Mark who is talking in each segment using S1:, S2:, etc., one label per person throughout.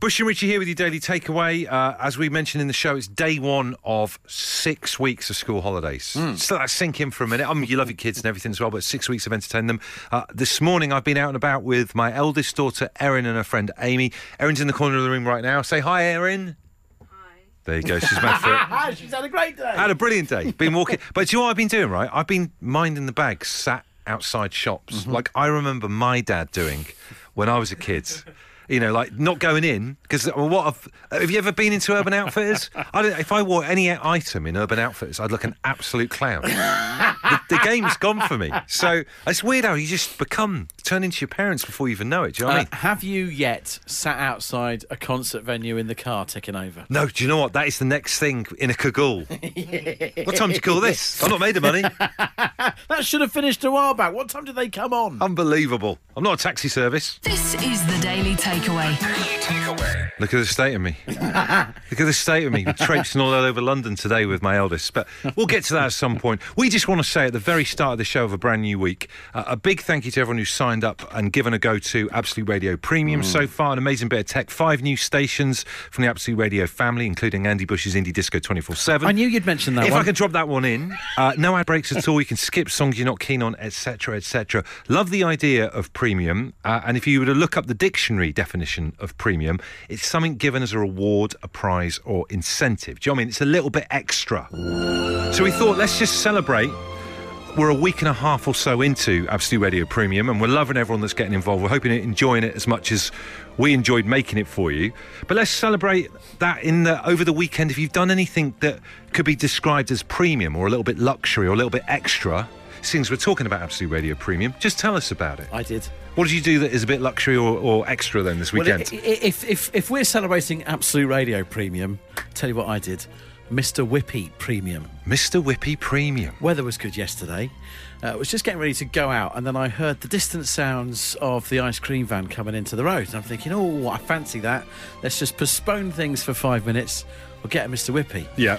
S1: Bush and Richie here with your daily takeaway. Uh, as we mentioned in the show, it's day one of six weeks of school holidays. So that sink in for a minute. I mean, you love your kids and everything as well, but six weeks of entertaining them. Uh, this morning, I've been out and about with my eldest daughter, Erin, and her friend Amy. Erin's in the corner of the room right now. Say hi, Erin. There you go. She's mad for it.
S2: Ah, she's had a great day.
S1: Had a brilliant day. Been walking. but do you know what I've been doing, right? I've been minding the bags, sat outside shops. Like I remember my dad doing when I was a kid. You know, like not going in because what I've, have you ever been into Urban Outfitters? I don't, if I wore any item in Urban Outfitters, I'd look an absolute clown. the, the game's gone for me. So it's weird how you just become turn into your parents before you even know it. Do you know what I
S2: Uh,
S1: mean?
S2: have you yet sat outside a concert venue in the car taking over?
S1: No, do you know what? That is the next thing in a cagoule. what time do you call this? I'm not made of money.
S2: That should have finished a while back. What time did they come on?
S1: Unbelievable. I'm not a taxi service.
S3: This is the Daily Takeaway.
S1: Look at the state of me. Look at the state of me. Traipsing all over London today with my eldest. But we'll get to that at some point. We just want to say at the very start of the show of a brand new week, uh, a big thank you to everyone who signed up and given a go to Absolute Radio Premium so far. An amazing bit of tech. Five new stations from the Absolute Radio family, including Andy Bush's Indie Disco 24 7.
S2: I knew you'd mention that
S1: if
S2: one.
S1: I can drop that one in, uh, no ad breaks at all. You can skip songs you're not keen on, etc., etc. Love the idea of premium. Uh, and if you were to look up the dictionary definition of premium, it's something given as a reward, a prize, or incentive. Do you know what I mean? It's a little bit extra. So we thought, let's just celebrate. We're a week and a half or so into Absolute Radio Premium, and we're loving everyone that's getting involved. We're hoping you're enjoying it as much as we enjoyed making it for you. But let's celebrate that in the over the weekend. If you've done anything that could be described as premium or a little bit luxury or a little bit extra, since we're talking about Absolute Radio Premium, just tell us about it.
S2: I did.
S1: What did you do that is a bit luxury or, or extra then this
S2: Well,
S1: weekend?
S2: i- i- if, if, if we're celebrating Absolute Radio Premium, tell you what I did. Mr. Whippy Premium.
S1: Mr. Whippy Premium.
S2: Weather was good yesterday. Uh, I was just getting ready to go out, and then I heard the distant sounds of the ice cream van coming into the road. And I'm thinking, oh, I fancy that. Let's just postpone things for five minutes. We'll get a Mr. Whippy.
S1: Yeah.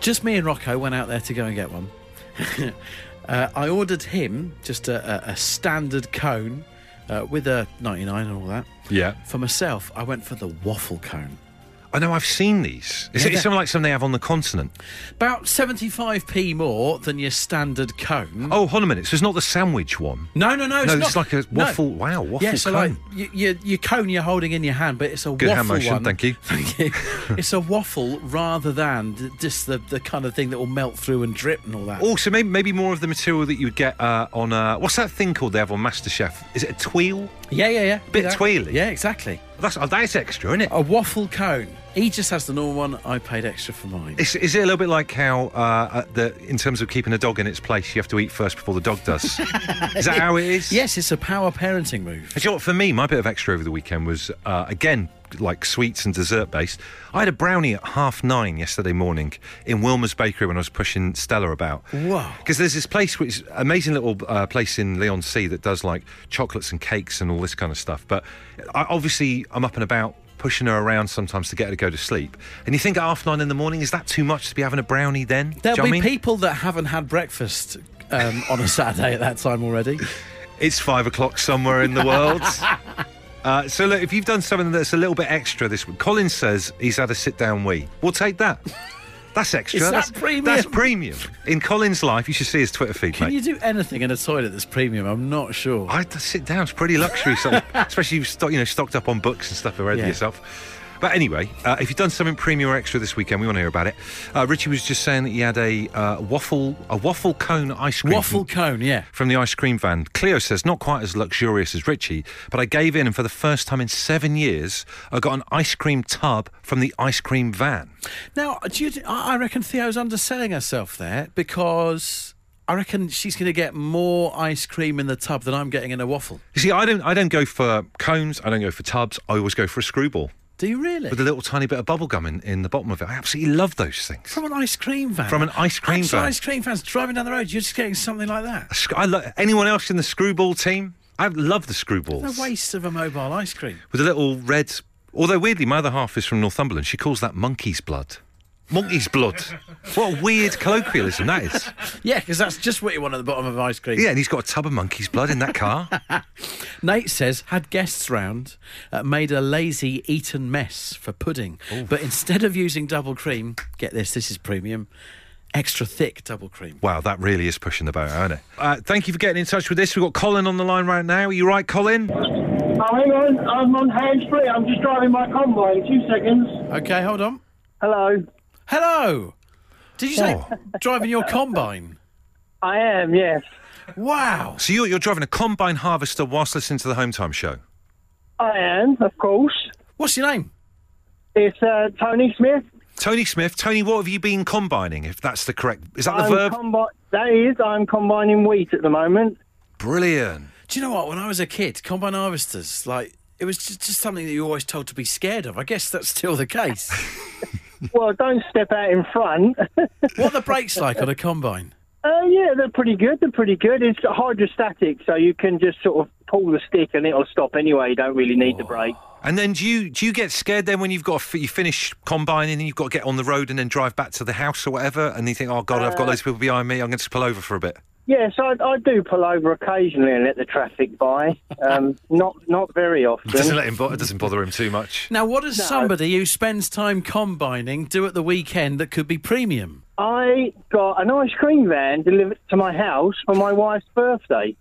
S2: Just me and Rocco went out there to go and get one. uh, I ordered him just a, a, a standard cone uh, with a 99 and all that.
S1: Yeah.
S2: For myself, I went for the waffle cone.
S1: I know I've seen these. Is
S2: Yeah,
S1: it
S2: they're-
S1: something like something they have on the continent?
S2: About 75p more than your standard cone.
S1: Oh, hold on a minute. So it's not the sandwich one.
S2: No, no, no. It's
S1: No,
S2: not.
S1: it's like a
S2: No.
S1: waffle- wow, waffle
S2: Yeah, so
S1: cone.
S2: like y- y- your cone you're holding in your hand, but it's a
S1: Good
S2: waffle
S1: hand motion,
S2: one.
S1: thank you.
S2: Thank you. it's a waffle rather than th- just the, the kind of thing that will melt through and drip and all that.
S1: Also, maybe, maybe more of the material that you would get uh, on uh, what's that thing called they have on MasterChef? Is it a tweel?
S2: yeah, yeah, yeah.
S1: Bit
S2: Yeah.
S1: twirly.
S2: Yeah, exactly.
S1: That's oh, that's extra, isn't it?
S2: A waffle cone. He just has the normal one. I paid extra for mine.
S1: Is, is it a little bit like how uh, uh, the in terms of keeping a dog in its place, you have to eat first before the dog does? is that how it is?
S2: Yes, it's a power parenting move.
S1: Do you know what, for me, my bit of extra over the weekend was, uh, again, like sweets and dessert based. I had a brownie at half nine yesterday morning in Wilma's Bakery when I was pushing Stella about.
S2: Wow.
S1: Because there's this place, which amazing little uh, place in Leon C that does like chocolates and cakes and all this kind of stuff. But I, obviously, I'm up and about. Pushing her around sometimes to get her to go to sleep, and you think at half nine in the morning is that too much to be having a brownie? Then Do you
S2: There'll
S1: know what I
S2: be
S1: mean?
S2: people that haven't had breakfast um, on a Saturday at that time already.
S1: It's five o'clock somewhere in the world. Uh, so look, if you've done something that's a little bit extra this week, Colin says he's had a sit-down wee. We'll take that. That's extra.
S2: Is that
S1: that's
S2: premium?
S1: That's premium. In Colin's life, you should see his Twitter feed,
S2: Can
S1: mate.
S2: you do anything in a toilet that's premium? I'm not sure.
S1: I the sit down's pretty luxury, so, especially if you've stock, you know stocked up on books and stuff already
S2: Yeah.
S1: yourself. But anyway, uh, if you've done something premium or extra this weekend, we want to hear about it. Uh, Richie was just saying that he had a uh, waffle a waffle cone ice cream
S2: Waffle cone, yeah.
S1: from the ice cream van. Cleo says, not quite as luxurious as Richie, but I gave in, and for the first time in seven years, I got an ice cream tub from the ice cream van.
S2: Now, do you, I I reckon Theo's underselling herself there because I reckon she's going to get more ice cream in the tub than I'm getting in a waffle.
S1: You see, I don't, I don't go for cones, I don't go for tubs, I always go for a screwball
S2: Do you really?
S1: with a little tiny bit of bubble gum in, in the bottom of it. I absolutely love those things.
S2: From an ice cream van.
S1: From an ice cream
S2: Actual
S1: van.
S2: ice cream vans driving down the road. You're just getting something like that.
S1: Sc- I lo- anyone else in the screwball team? I love the
S2: The
S1: screwballs.
S2: waste of a mobile ice cream.
S1: With a little red. Although, weirdly, my other half is from Northumberland. She calls that monkey's blood. Monkey's blood. What a weird colloquialism that is.
S2: Yeah, because that's just what you want at the bottom of ice cream.
S1: Yeah, and he's got a tub of monkey's blood in that car.
S2: Nate says, had guests round, uh, made a lazy eaten mess for pudding. But instead of using double cream, get this, this is premium, extra thick double cream.
S1: Wow, that really is pushing the boat, isn't it? Uh, thank you for getting in touch with this. We've got Colin on the line right now. Are you right, Colin?
S4: Oh, hang on, I'm on hands free. I'm just driving my convoy in two seconds.
S2: Okay, hold on.
S4: Hello.
S2: Hello! Did you say
S1: Oh.
S2: driving your combine?
S4: I am, yes.
S2: Wow.
S1: So you're, you're driving a combine harvester whilst listening to the Home Time Show.
S4: I am, of course.
S2: What's your name?
S4: It's uh, Tony Smith.
S1: Tony Smith, Tony, what have you been combining? If that's the correct, is that the
S4: I'm
S1: verb?
S4: combi- that is, I'm combining wheat at the moment.
S1: Brilliant.
S2: Do you know what? When I was a kid, combine harvesters, like, it was just, just something that you were always told to be scared of. I guess that's still the case.
S4: Well, don't step out in front. uh,
S2: what are the brakes like on a combine?
S4: yeah, they're pretty good. They're pretty good. It's hydrostatic, so you can just sort of pull the stick and it'll stop anyway. You don't really need the brake.
S1: And then do you do you get scared then when you've got to fi- you finish combining and you've got to get on the road and then drive back to the house or whatever and you think, oh god, I've got loads of people behind me. I'm going to pull over for a bit.
S4: Yes, I, I do pull over occasionally and let the traffic by. Um, not not very
S1: Doesn't
S4: often.
S1: let him. Bo- it doesn't bother him too much.
S2: Now, what does somebody who spends time combining do at the weekend that could be premium?
S4: I got an ice cream van delivered to my house for my wife's birthday.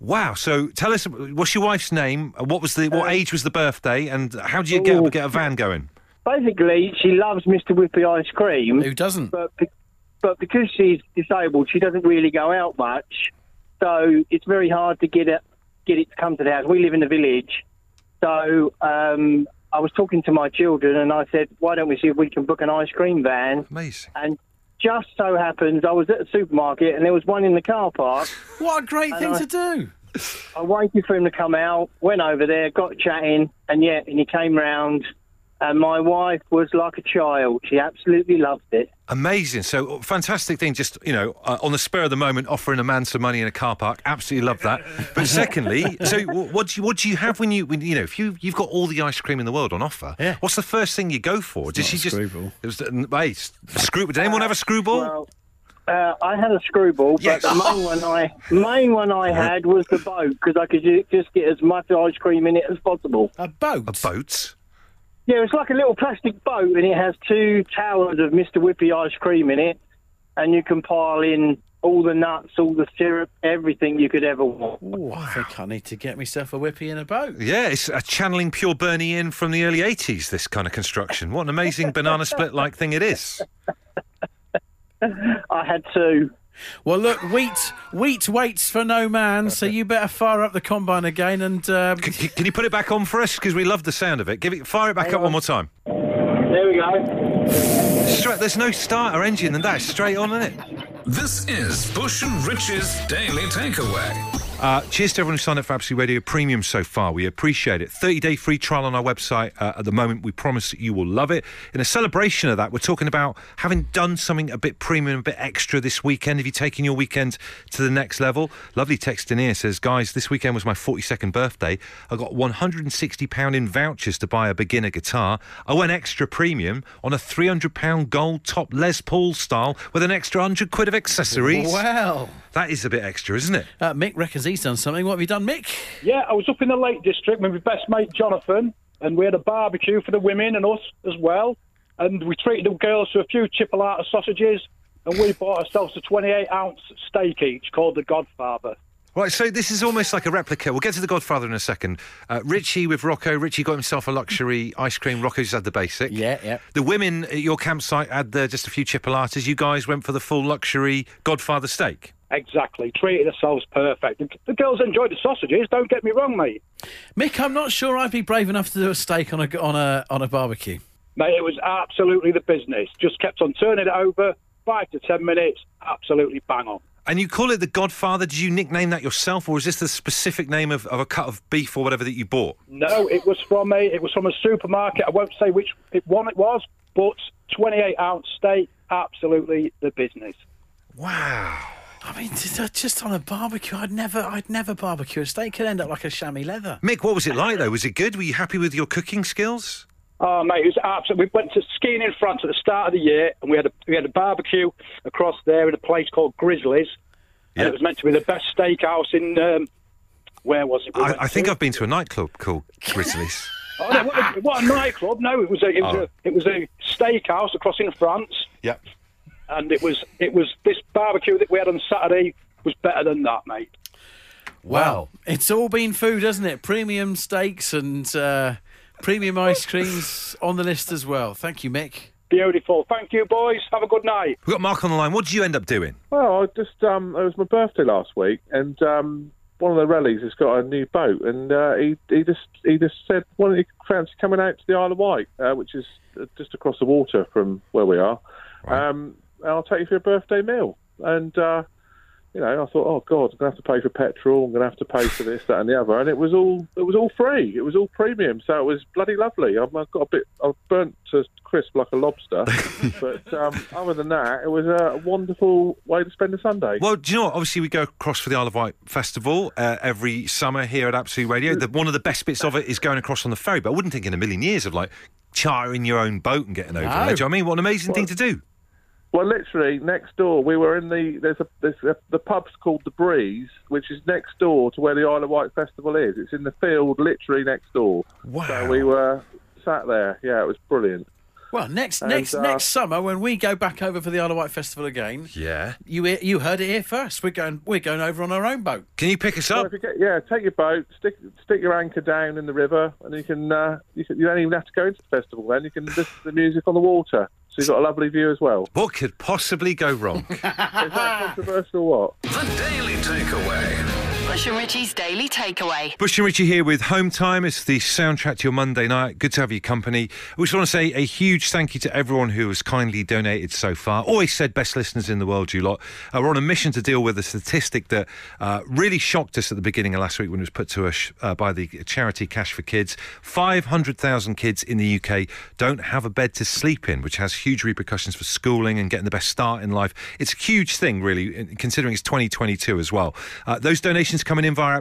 S1: Wow. So tell us, what's your wife's name? Uh, What was the what age was the birthday? And how do you get
S4: ooh.
S1: get a van going?
S4: Basically, she loves Mr. Whippy ice cream,
S2: Who doesn't?
S4: but be- but because she's disabled, she doesn't really go out much. So it's very hard to get it get it to come to the house. We live in the village, so um, I was talking to my children and I said, "Why don't we see if we can book an ice cream van?"
S1: Amazing.
S4: And just so happens, I was at the supermarket and there was one in the car park.
S2: What a great thing
S4: I-
S2: to do!
S4: I waited for him to come out, went over there, got chatting, and yeah, and he came round. And my wife was like a child. She absolutely loved it.
S1: Amazing. So uh, fantastic thing. Just you know, uh, on the spur of the moment, offering a man some money in a car park. Absolutely love that. But secondly, so w- what do you, what do you have when you when, you know if you you've got all the ice cream in the world on offer?
S2: Yeah.
S1: What's the first thing you go for? Did
S2: not
S1: she
S2: a
S1: just
S2: screwball.
S1: It was, uh, n- hey, s- screw. Did anyone have a screwball?
S4: Well, uh, I had a screwball,
S1: Yes.
S4: but the main one I main one I had was the boat because I could ju- just get as much ice cream in it as possible.
S2: A boat.
S1: a boat.
S4: Yeah, it's like a little plastic boat, and it has two towers of Mr. Whippy ice cream in it, and you can pile in all the nuts, all the syrup, everything you could ever want.
S2: Ooh, I think I need to get myself a whippy and a boat.
S1: Yeah, it's a channeling pure Bernie in from the early '80s. This kind of construction. What an amazing banana split like thing it is.
S4: I had two.
S2: Well, look, wheat wheat waits for no man, so you better fire up the combine again and um,
S1: C- c- can you put it back on for us? Because we love the sound of it. Give it, fire it back up one more time.
S4: There we go.
S1: Straight, there's no starter engine than that. It's straight on, isn't it?
S5: This is Bush and Rich's Daily Takeaway.
S1: Uh, cheers to everyone who signed up for Absolute Radio Premium so far. We appreciate it. 30 day free trial on our website uh, at the moment. We promise that you will love it. In a celebration of that, we're talking about having done something a bit premium, a bit extra this weekend. Have you taken your weekend to the next level? Lovely text in here says, Guys, this weekend was my 42nd birthday. I got £160 in vouchers to buy a beginner guitar. I went extra premium on a £300 gold top Les Paul style with an extra 100 quid of accessories.
S2: well.
S1: That is a bit extra, isn't it?
S2: Uh, Mick reckons he's done something. What have you done, Mick?
S6: Yeah, I was up in the Lake District with my best mate Jonathan, and we had a barbecue for the women and us as well. And we treated the girls to a few chipolata sausages, and we bought ourselves a 28 ounce steak each called the Godfather.
S1: Right, so this is almost like a replica. We'll get to the Godfather in a second. Uh, Richie with Rocco. Richie got himself a luxury ice cream. Rocco's had the basic.
S2: Yeah, yeah.
S1: The women at your campsite had uh, just a few chipolatas. You guys went for the full luxury Godfather steak.
S6: Exactly, treated ourselves perfect. The- The girls enjoyed the sausages, don't get me wrong, mate.
S2: Mick, I'm not sure I'd be brave enough to do a steak on a on a on a barbecue.
S6: Mate, it was absolutely the business. Just kept on turning it over, five to ten minutes, absolutely bang on.
S1: And you call it the Godfather. Did you nickname that yourself, or is this the specific name of, of a cut of beef or whatever that you bought?
S6: No, it was from a it was from a supermarket. I won't say which it- one it was, but 28 ounce steak, absolutely the business.
S1: Wow.
S2: I mean, just uh, just on a barbecue, I'd never I'd never barbecue a steak. Could end up like a chamois leather.
S1: Mick, what was it like, though? Was it good? Were you happy with your cooking skills?
S6: Oh mate, it was absolute. We went to skiing in France at the start of the year, and we had a we had a barbecue across there in a place called Grizzlies, and
S1: Yeah.
S6: it was meant to be the best steakhouse in. Um, where was it? we
S1: I,
S6: went
S1: I think
S6: to?
S1: I've been to a nightclub called Grizzlies.
S6: Oh, no, what, a, what a nightclub! No, it was a it was,
S1: Oh.
S6: a it was a steakhouse across in France,
S1: yep.
S6: and it was it was this barbecue that we had on Saturday was better than that, mate.
S2: Wow. It's all been food, hasn't it? Premium steaks and uh, premium ice creams on the list as well. Thank you, Mick.
S6: Beautiful. Thank you, boys. Have a good night.
S1: We've got Mark on the line. What did you end up doing?
S7: Well, I just um, it was my birthday last week, and um, one of the rallies has got a new boat, and uh, he he just he just said, "Why don't you fancy coming out to the Isle of Wight, uh, which is uh, just across the water from where we are? Um, and I'll take you for a birthday meal." And uh, you know, I thought, "Oh God, I'm going to have to pay for petrol. I'm going to have to pay for this, that, and the other." And it was all it was all free. It was all premium, so it was bloody lovely. I've, I've got a bit I've burnt to crisp like a lobster, but um, other than that, it was a wonderful way to spend a Sunday.
S1: Well, do you know what? Obviously, we go across for the Isle of Wight Festival uh, every summer here at Absolute Radio. The, one of the best bits of it is going across on the ferry, but I wouldn't think in a million years of like chartering your own boat and getting over
S2: No.
S1: there. Do you know what I mean? What an amazing thing to do.
S7: Well, literally next door, we were in the there's a, there's a the pub's called the Breeze, which is next door to where the Isle of Wight Festival is. It's in the field, literally next door.
S1: Wow.
S7: So we were sat there. Yeah, it was brilliant.
S2: Well, next
S7: And,
S2: next
S7: uh,
S2: next summer when we go back over for the Isle of Wight Festival again,
S1: Yeah.
S2: you he- you heard it here first. We're going we're going over on our own boat.
S1: Can you pick us
S7: So
S1: up?
S7: if you get, yeah, take your boat, stick stick your anchor down in the river, and you can, uh, you can you don't even have to go into the festival. Then you can listen to the music on the water. So you've got a lovely view as well.
S1: What could possibly go wrong?
S7: Is that controversial or what?
S5: The Daily Takeaway.
S3: Bush and Richie's Daily Takeaway.
S1: Bush and Richie here with Home Time. It's the soundtrack to your Monday night. Good to have your company. We just want to say a huge thank you to everyone who has kindly donated so far. Always said best listeners in the world, you lot. Uh, we're on a mission to deal with a statistic that uh, really shocked us at the beginning of last week when it was put to us uh, by the charity Cash for Kids. 500,000 kids in the UK don't have a bed to sleep in, which has huge repercussions for schooling and getting the best start in life. It's a huge thing, really, in- considering it's 2022 as well. Uh, those donations coming in via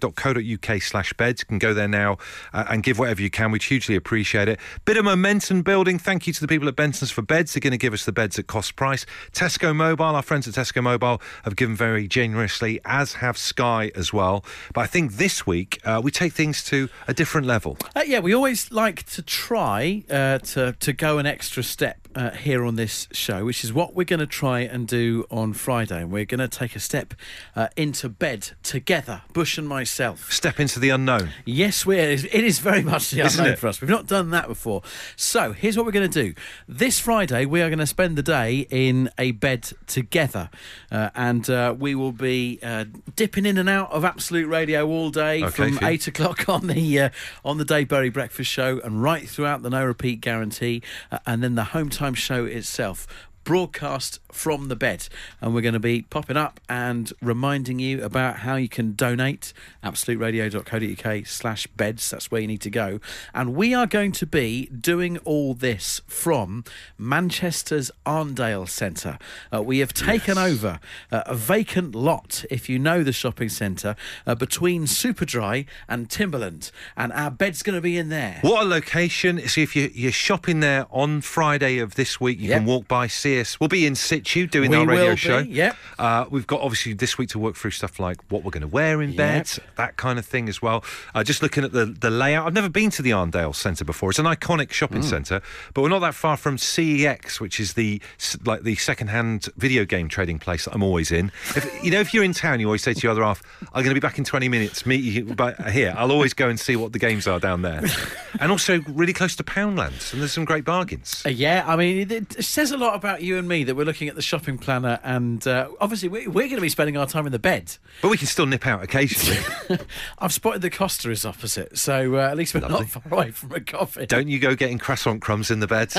S1: absoluteradio.co.uk slash beds. You can go there now uh, and give whatever you can. We'd hugely appreciate it. Bit of momentum building. Thank you to the people at Benson's for beds. They're going to give us the beds at cost price. Tesco Mobile, our friends at Tesco Mobile have given very generously, as have Sky as well. But I think this week uh, we take things to a different level.
S2: Uh, yeah, we always like to try uh, to to go an extra step uh, here on this show, which is what we're going to try and do on Friday. And we're going to take a step uh, into bed together, Bush and myself.
S1: Step into the unknown.
S2: Yes, we are. It is very much the
S1: Isn't
S2: unknown
S1: it?
S2: for us. We've not done that before. So here's what we're going to do. This Friday, we are going to spend the day in a bed together, uh, and uh, we will be uh, dipping in and out of Absolute Radio all day
S1: Okay,
S2: from
S1: Fee.
S2: eight eight o'clock on the uh, on the Dave Berry Breakfast Show, and right throughout the No Repeat Guarantee, uh, and then the Home Time Show itself. Broadcast from the bed, and we're going to be popping up and reminding you about how you can donate. AbsoluteRadio.co.uk/slash beds. That's where you need to go. And we are going to be doing all this from Manchester's Arndale Centre. Uh, we have taken over uh, a vacant lot, if you know the shopping centre, uh, between Superdry and Timberland, and our bed's going to be in there.
S1: What a location. So if you, you're shopping there on Friday of this week, you
S2: Yep.
S1: can walk by, see us. We'll be in situ doing
S2: We
S1: our radio
S2: will be,
S1: show.
S2: yep.
S1: Uh, we've got obviously this week to work through stuff like what we're going to wear in bed, that kind of thing as well. Uh, just looking at the, the layout. I've never been to the Arndale Centre before. It's an iconic shopping centre, but we're not that far from CEX, which is the s- like the second-hand video game trading place that I'm always in. If, you know, if you're in town, you always say to your other half, "I'm going to be back in 20 minutes. Meet you by here." I'll always go and see what the games are down there, and also really close to Poundlands, and there's some great bargains.
S2: Uh, Yeah, I mean, it, it says a lot about you and me that we're looking at the shopping planner, and uh, obviously, we, we're going to be spending our time in the bed.
S1: But we can still nip out occasionally.
S2: I've spotted the Costa is opposite, so uh, at least we're
S1: Lovely.
S2: not far away from a coffee.
S1: Don't you go getting croissant crumbs in the bed.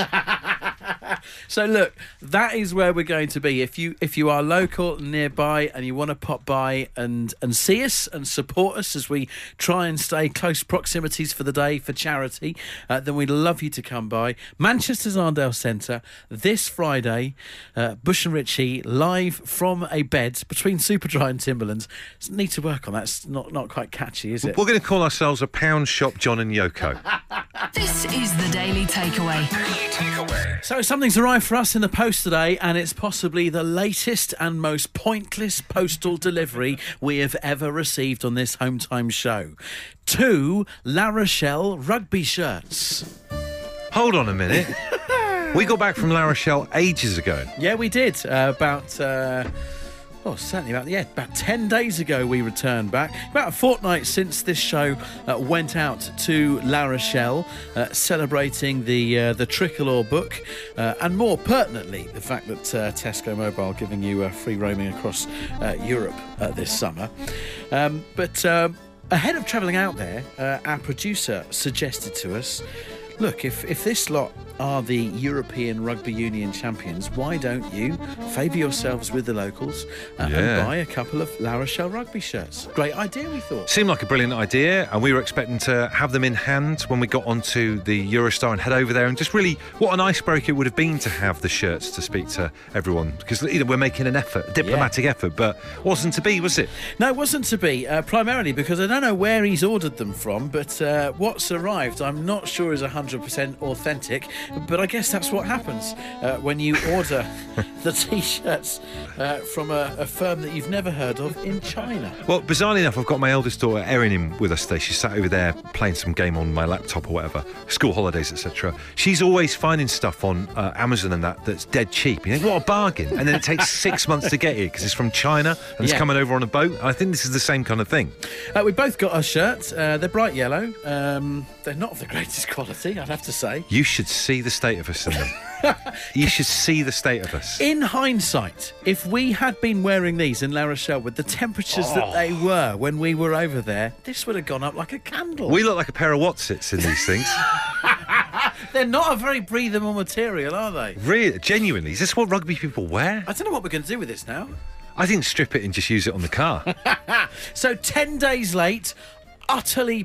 S2: So look, that is where we're going to be. If you if you are local nearby and you want to pop by and and see us and support us as we try and stay close proximities for the day for charity, uh, then we'd love you to come by Manchester's Arndale Centre this Friday. Uh, Bush and Ritchie live from a bed between Superdry and Timberlands. Need to work on that. It's not not quite catchy, is it?
S1: We're going to call ourselves a pound shop John and Yoko.
S3: This is the Daily Takeaway.
S5: Daily Takeaway.
S2: So something's arrived for us in the post today, and it's possibly the latest and most pointless postal delivery we have ever received on this home time show. Two La Rochelle rugby shirts.
S1: Hold on a minute. we got back from La Rochelle ages ago.
S2: Yeah, we did uh, about. Uh, well, certainly about yeah, about ten days ago we returned back. About a fortnight since this show uh, went out to La Rochelle, uh, celebrating the uh, the Tricolor book, uh, and more pertinently the fact that uh, Tesco Mobile giving you uh, free roaming across uh, Europe uh, this summer. Um, but um, ahead of travelling out there, uh, our producer suggested to us. Look, if, if this lot are the European Rugby Union champions, why don't you favour yourselves with the locals uh,
S1: Yeah.
S2: and buy a couple of La Rochelle rugby shirts? Great idea, we thought.
S1: Seemed like a brilliant idea, and we were expecting to have them in hand when we got onto the Eurostar and head over there. And just really, what an icebreaker it would have been to have the shirts to speak to everyone because you know, we're making an effort, a diplomatic effort, but wasn't to be, was it?
S2: No, it wasn't to be, uh, primarily because I don't know where he's ordered them from, but uh, what's arrived I'm not sure is 100% authentic, but I guess that's what happens uh, when you order the t shirts uh, from a, a firm that you've never heard of in China.
S1: Well, bizarrely enough, I've got my eldest daughter Erin in with us today. She's sat over there playing some game on my laptop or whatever, school holidays, etc. She's always finding stuff on uh, Amazon and that that's dead cheap. You think, what a bargain! And then it takes six months to get it because it's from China and it's
S2: Yeah.
S1: coming over on a boat. I think this is the same kind of thing.
S2: Uh, we both got our shirts. Uh, they're bright yellow. Um, they're not of the greatest quality, I'd have to say.
S1: You should see the state of us in them. you should see the state of us.
S2: In hindsight, if we had been wearing these in La Rochelle with the temperatures that they were when we were over there, this would have gone up like a candle.
S1: We look like a pair of Watsits in these things.
S2: They're not a very breathable material, are they?
S1: really, genuinely, is this what rugby people wear?
S2: I don't know what we're going to do with this now.
S1: I didn't strip it and just use it on the car.
S2: So, 10 days late, utterly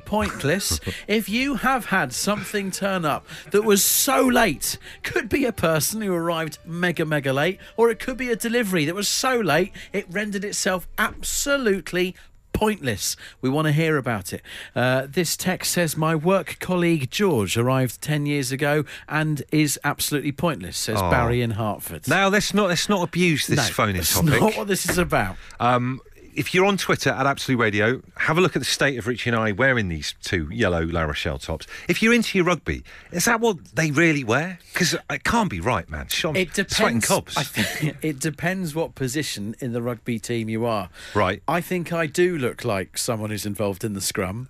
S2: pointless. if you have had something turn up that was so late, could be a person who arrived mega, mega late, or it could be a delivery that was so late it rendered itself absolutely. Pointless. We want to hear about it. Uh, this text says my work colleague George arrived ten years ago and is absolutely pointless. Says Barry in Hartford.
S1: now let's not let's not abuse this
S2: No,
S1: phone in
S2: that's
S1: topic.
S2: Not what this is about.
S1: Um, if you're on Twitter at Absolute Radio, have a look at the state of Richie and I wearing these two yellow La Rochelle tops. If you're into your rugby, is that what they really wear? Because it can't be right, man. Sean,
S2: It depends.
S1: Sweating cobs.
S2: I think it depends what position in the rugby team you are.
S1: Right.
S2: I think I do look like someone who's involved in the scrum.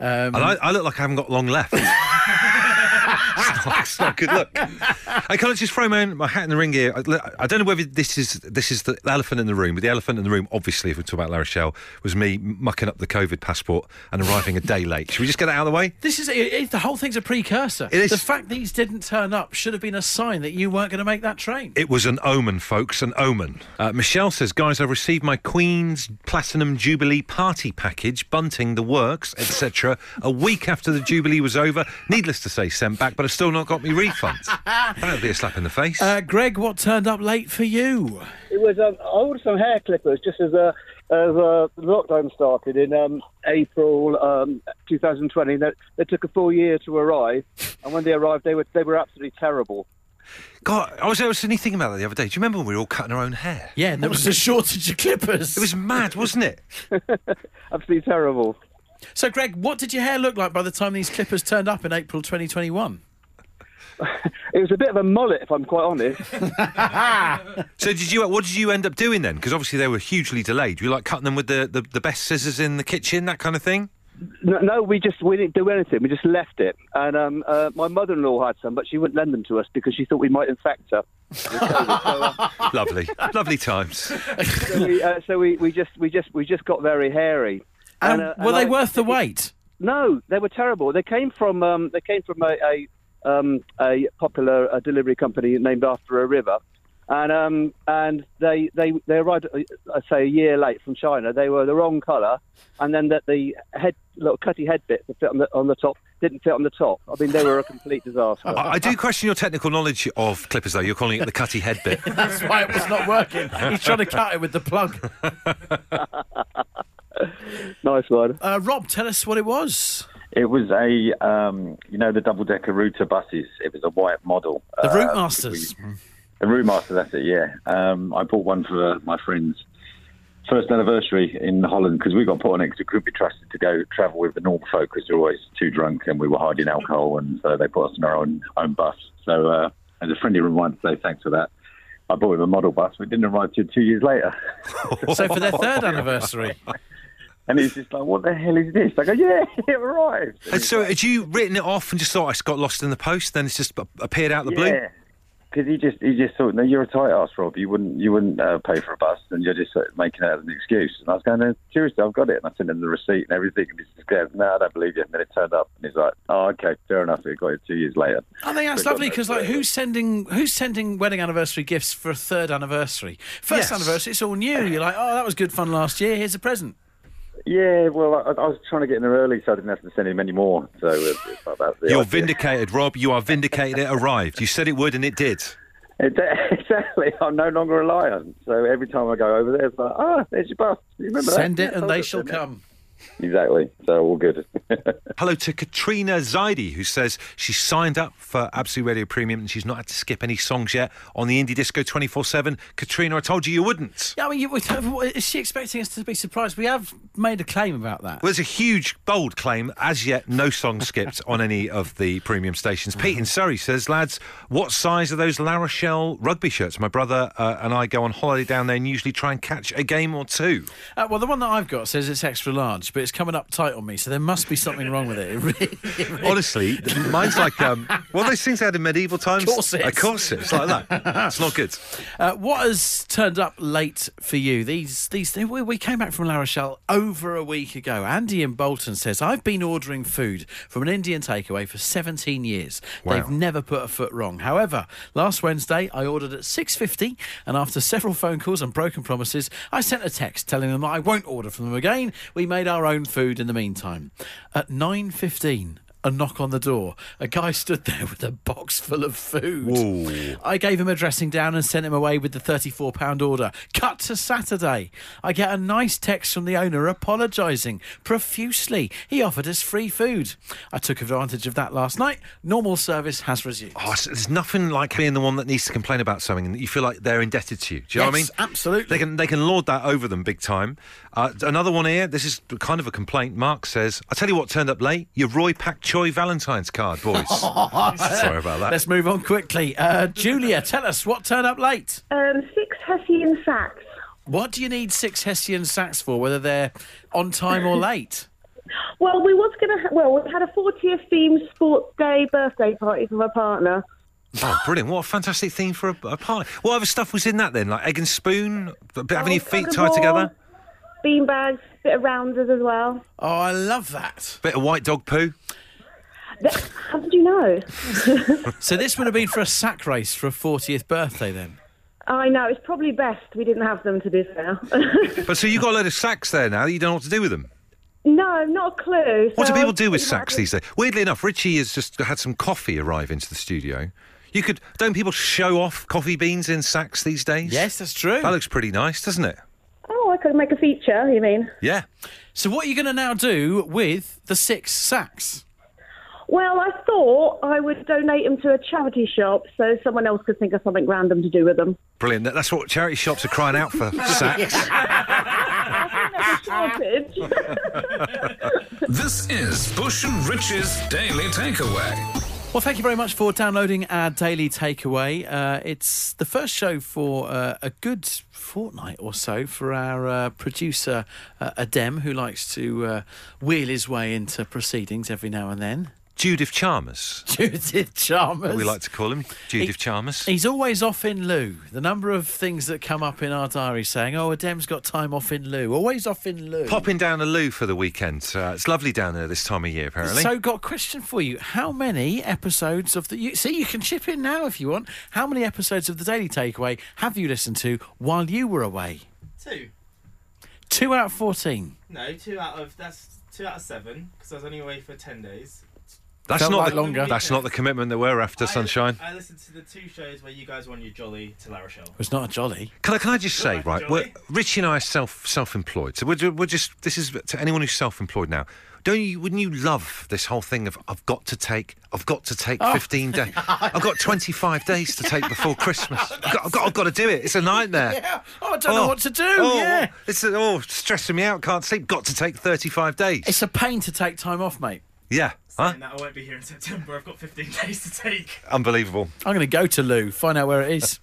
S1: and
S2: um,
S1: I, I look like I haven't got long left. it's, not, it's not a good look. I can't just throw my, own, my hat in the ring here. I, I don't know whether this is this is the elephant in the room, but the elephant in the room, obviously, if we talk about La Rochelle, was me mucking up the COVID passport and arriving a day late. Should we just get that out of the way?
S2: This is it, it- the whole thing's a precursor.
S1: It is.
S2: The fact these didn't turn up should have been a sign that you weren't going to make that train.
S1: It was an omen, folks, an omen. Uh, Michelle says, guys, I've received my Queen's Platinum Jubilee party package, bunting the works, etc., a week after the Jubilee was over. Needless to say, sent back, but I've still not got me refund. That'll be a slap in the face.
S2: uh, Greg, what turned up late for you?
S4: It was. Um, I ordered some hair clippers just as uh, as uh, the lockdown started in um, April um, 2020. That they took a full year to arrive, and when they arrived, they were they were absolutely terrible.
S1: God, I was, I was suddenly thinking about that the other day. Do you remember when we were all cutting our own hair?
S2: Yeah, and there was a shortage of clippers.
S1: It was mad, wasn't it?
S4: Absolutely terrible.
S2: So, Greg, what did your hair look like by the time these clippers turned up in April 2021?
S4: It was a bit of a mullet, if I'm quite honest.
S1: So did you? What did you end up doing then? Because obviously they were hugely delayed. Were you like cutting them with the, the, the best scissors in the kitchen, that kind of thing?
S4: No, no, we just we didn't do anything. We just left it. And um, uh, my mother-in-law had some, but she wouldn't lend them to us because she thought we might infect her.
S1: Lovely, lovely times.
S4: So we, uh, so we, we just we just we just got very hairy.
S2: And
S4: uh,
S2: Um, were they
S4: I-
S2: worth the wait?
S4: No, they were terrible. They came from um, they came from a, a
S8: um, a popular uh, delivery company named after a river, and um, and they they they arrived, uh, I'd say, a year late from China. They were the wrong colour, and then that the head little cutty head bit that fit on the on the top didn't fit on the top. I mean, they were a complete disaster.
S1: I, I do question your technical knowledge of clippers, though. You're calling it the cutty head bit.
S2: That's why it was not working. He's trying to cut it with the plug.
S8: nice one.
S2: Uh, Rob, tell us what it was.
S9: It was a, um, you know, the double decker router buses. It was a white model.
S2: The
S9: Uh,
S2: Route Masters.
S9: The Route Master, that's it, yeah. Um, I bought one for uh, my friend's first anniversary in Holland because we got put on it because we couldn't be trusted to go travel with the normal folk because we were always too drunk and we were hiding alcohol and so they put us on our own, own bus. So, uh, as a friendly reminder to say thanks for that, I bought him a model bus. We didn't arrive till two years later.
S2: So for their third anniversary.
S9: And he's just like, what the hell is this? I go, yeah, it arrived.
S1: And so, had you written it off and just thought I just got lost in the post? Then it's just a- appeared out of the blue.
S9: Yeah, because he just he just thought, no, you're a tight ass, Rob. You wouldn't you wouldn't uh, pay for a bus, and you're just uh, making out an excuse. And I was going, no, seriously, I've got it, and I sent him the receipt and everything, and he's just going, no, I don't believe you. And then it turned up, and he's like, oh, okay, fair enough. It got it two years later.
S2: I think that's
S9: But
S2: lovely
S9: God
S2: because,
S9: knows
S2: like,
S9: where.
S2: who's sending who's sending wedding anniversary gifts for a third anniversary?
S1: Yes.
S2: First anniversary, it's all new. You're like, oh, that was good fun last year. Here's a present.
S9: Yeah, well, I, I was trying to get in there early, so I didn't have to send him any more. So uh, it's like that.
S1: You're vindicated, Rob. You are vindicated. It arrived. You said it would, and it did.
S9: Exactly. I'm no longer a liar. So every time I go over there, it's like, ah, there's your bus. You remember that?
S2: Send
S9: Yeah,
S2: it and
S9: told
S2: they
S9: us,
S2: shall
S9: didn't it?
S2: come.
S9: Exactly. So all good.
S1: Hello to Katrina Zaidi, who says she signed up for Absolute Radio Premium and she's not had to skip any songs yet on the Indie Disco 24 7. Katrina, I told you you wouldn't.
S2: Yeah, I mean, you, is she expecting us to be surprised? We have made a claim about that.
S1: Well, there's a huge, bold claim. As yet, no song skipped on any of the premium stations. Pete in Surrey says, lads, what size are those La Rochelle rugby shirts? My brother uh, and I go on holiday down there and usually try and catch a game or two.
S2: Uh, well, the one that I've got says it's extra large, but it's coming up tight on me, so there must be something wrong with it. It really- it really-
S1: Honestly, mine's like, um, well, those things they had in medieval times.
S2: Corsets.
S1: A corset. It's like that. It's not good.
S2: Uh, what has turned up late for you? These these we, we came back from La Rochelle over a week ago. Andy in Bolton says I've been ordering food from an Indian takeaway for 17 years. They've never put a foot wrong. However, last Wednesday I ordered at 6:50, and after several phone calls and broken promises, I sent a text telling them that I won't order from them again. We made our own food in the meantime. At 9:15. A knock on the door. A guy stood there with a box full of food. I gave him a dressing down and sent him away with the £34 order. Cut to Saturday. I get a nice text from the owner apologising profusely. He offered us free food. I took advantage of that last night. Normal service has resumed.
S1: Oh, it's- there's nothing like being the one that needs to complain about something and you feel like they're indebted to you. Do you know what I mean?
S2: Yes, absolutely.
S1: They can they can lord that over them big time. Uh, another one here. This is kind of a complaint. Mark says, "I tell you what turned up late. Your Roy Pak Choi Valentine's card, boys. Sorry about that.
S2: Let's move on quickly. Uh, Julia, tell us what turned up late.
S10: Um, six Hessian sacks.
S2: What do you need six Hessian sacks for, whether they're on time or late?
S10: Well, we was gonna. Ha- well, we had a 40th theme sports day birthday party for my partner.
S1: oh, brilliant! What a fantastic theme for a, a party. What other stuff was in that then? Like egg and spoon, a bit- having
S10: Oh,
S1: your feet
S10: cotton
S1: tied
S10: ball.
S1: together,
S10: Beanbags, bit of rounders as well.
S2: Oh, I love that.
S1: bit of white dog poo.
S10: Th- How did you know?
S2: So this would have been for a sack race for a 40th birthday then.
S10: I know it's probably best we didn't have them to be fair.
S1: But so you got a load of sacks there now. You don't know what to do with them.
S10: no, not a clue.
S1: What
S10: so
S1: do
S10: I
S1: people
S10: was
S1: do
S10: thinking
S1: with sacks
S10: about-
S1: these days? Weirdly enough, Richie has just had some coffee arrive into the studio. You could don't people show off coffee beans in sacks these days?
S2: Yes, that's true.
S1: That looks pretty nice, doesn't it?
S10: Oh, I could make a feature. You mean?
S1: Yeah.
S2: So what are you going to now do with the six sacks?
S10: Well, I thought I would donate them to a charity shop so someone else could think of something random to do with them.
S1: Brilliant. That- That's what charity shops are crying out for sacks.
S10: I think there's a shortage.
S5: This is Bush and Rich's Daily Takeaway.
S2: Well, thank you very much for downloading our daily takeaway. Uh, it's the first show for uh, a good fortnight or so for our uh, producer uh, Adem, who likes to uh, wheel his way into proceedings every now and then.
S1: Judith Chalmers.
S2: Judith Chalmers.
S1: We like to call him Judith Chalmers.
S2: He's always off in lieu. The number of things that come up in our diary saying, oh, Adem's got time off in lieu. Always off in lieu.
S1: Popping down a loo for the weekend. Uh, it's lovely down there this time of year, apparently.
S2: So, got a question for you. How many episodes of the. You, see, you can chip in now if you want. How many episodes of The Daily Takeaway have you listened to while you were away?
S11: Two.
S2: Two out of 14.
S11: No, two out of that's two out of seven because I was only away for ten days.
S1: that's
S2: Felt
S1: not
S2: like
S1: the,
S2: longer.
S1: That's not the commitment that we're after, sunshine.
S11: I listened to the two shows where you guys won your jolly to La Rochelle.
S2: It's not a jolly.
S1: Can I, can I just say, right, we're, Richie and I are self self employed, so we're, ju- we're just this is to anyone who's self employed now. Don't you? Wouldn't you love this whole thing of I've got to take, I've got to take
S12: Oh.
S1: fifteen days, I've got twenty five days to take before Christmas. I've, got, I've, got, I've got to do it. It's a nightmare.
S2: Yeah. Oh, I don't know what to do.
S1: oh,
S2: yeah.
S1: it's oh stressing me out. Can't sleep. Got to take thirty five days.
S2: It's a pain to take time off, mate.
S1: Yeah, huh?
S11: And that I won't be here in September. I've got 15 days to take.
S1: Unbelievable.
S2: I'm going to go to Lou, find out where it is.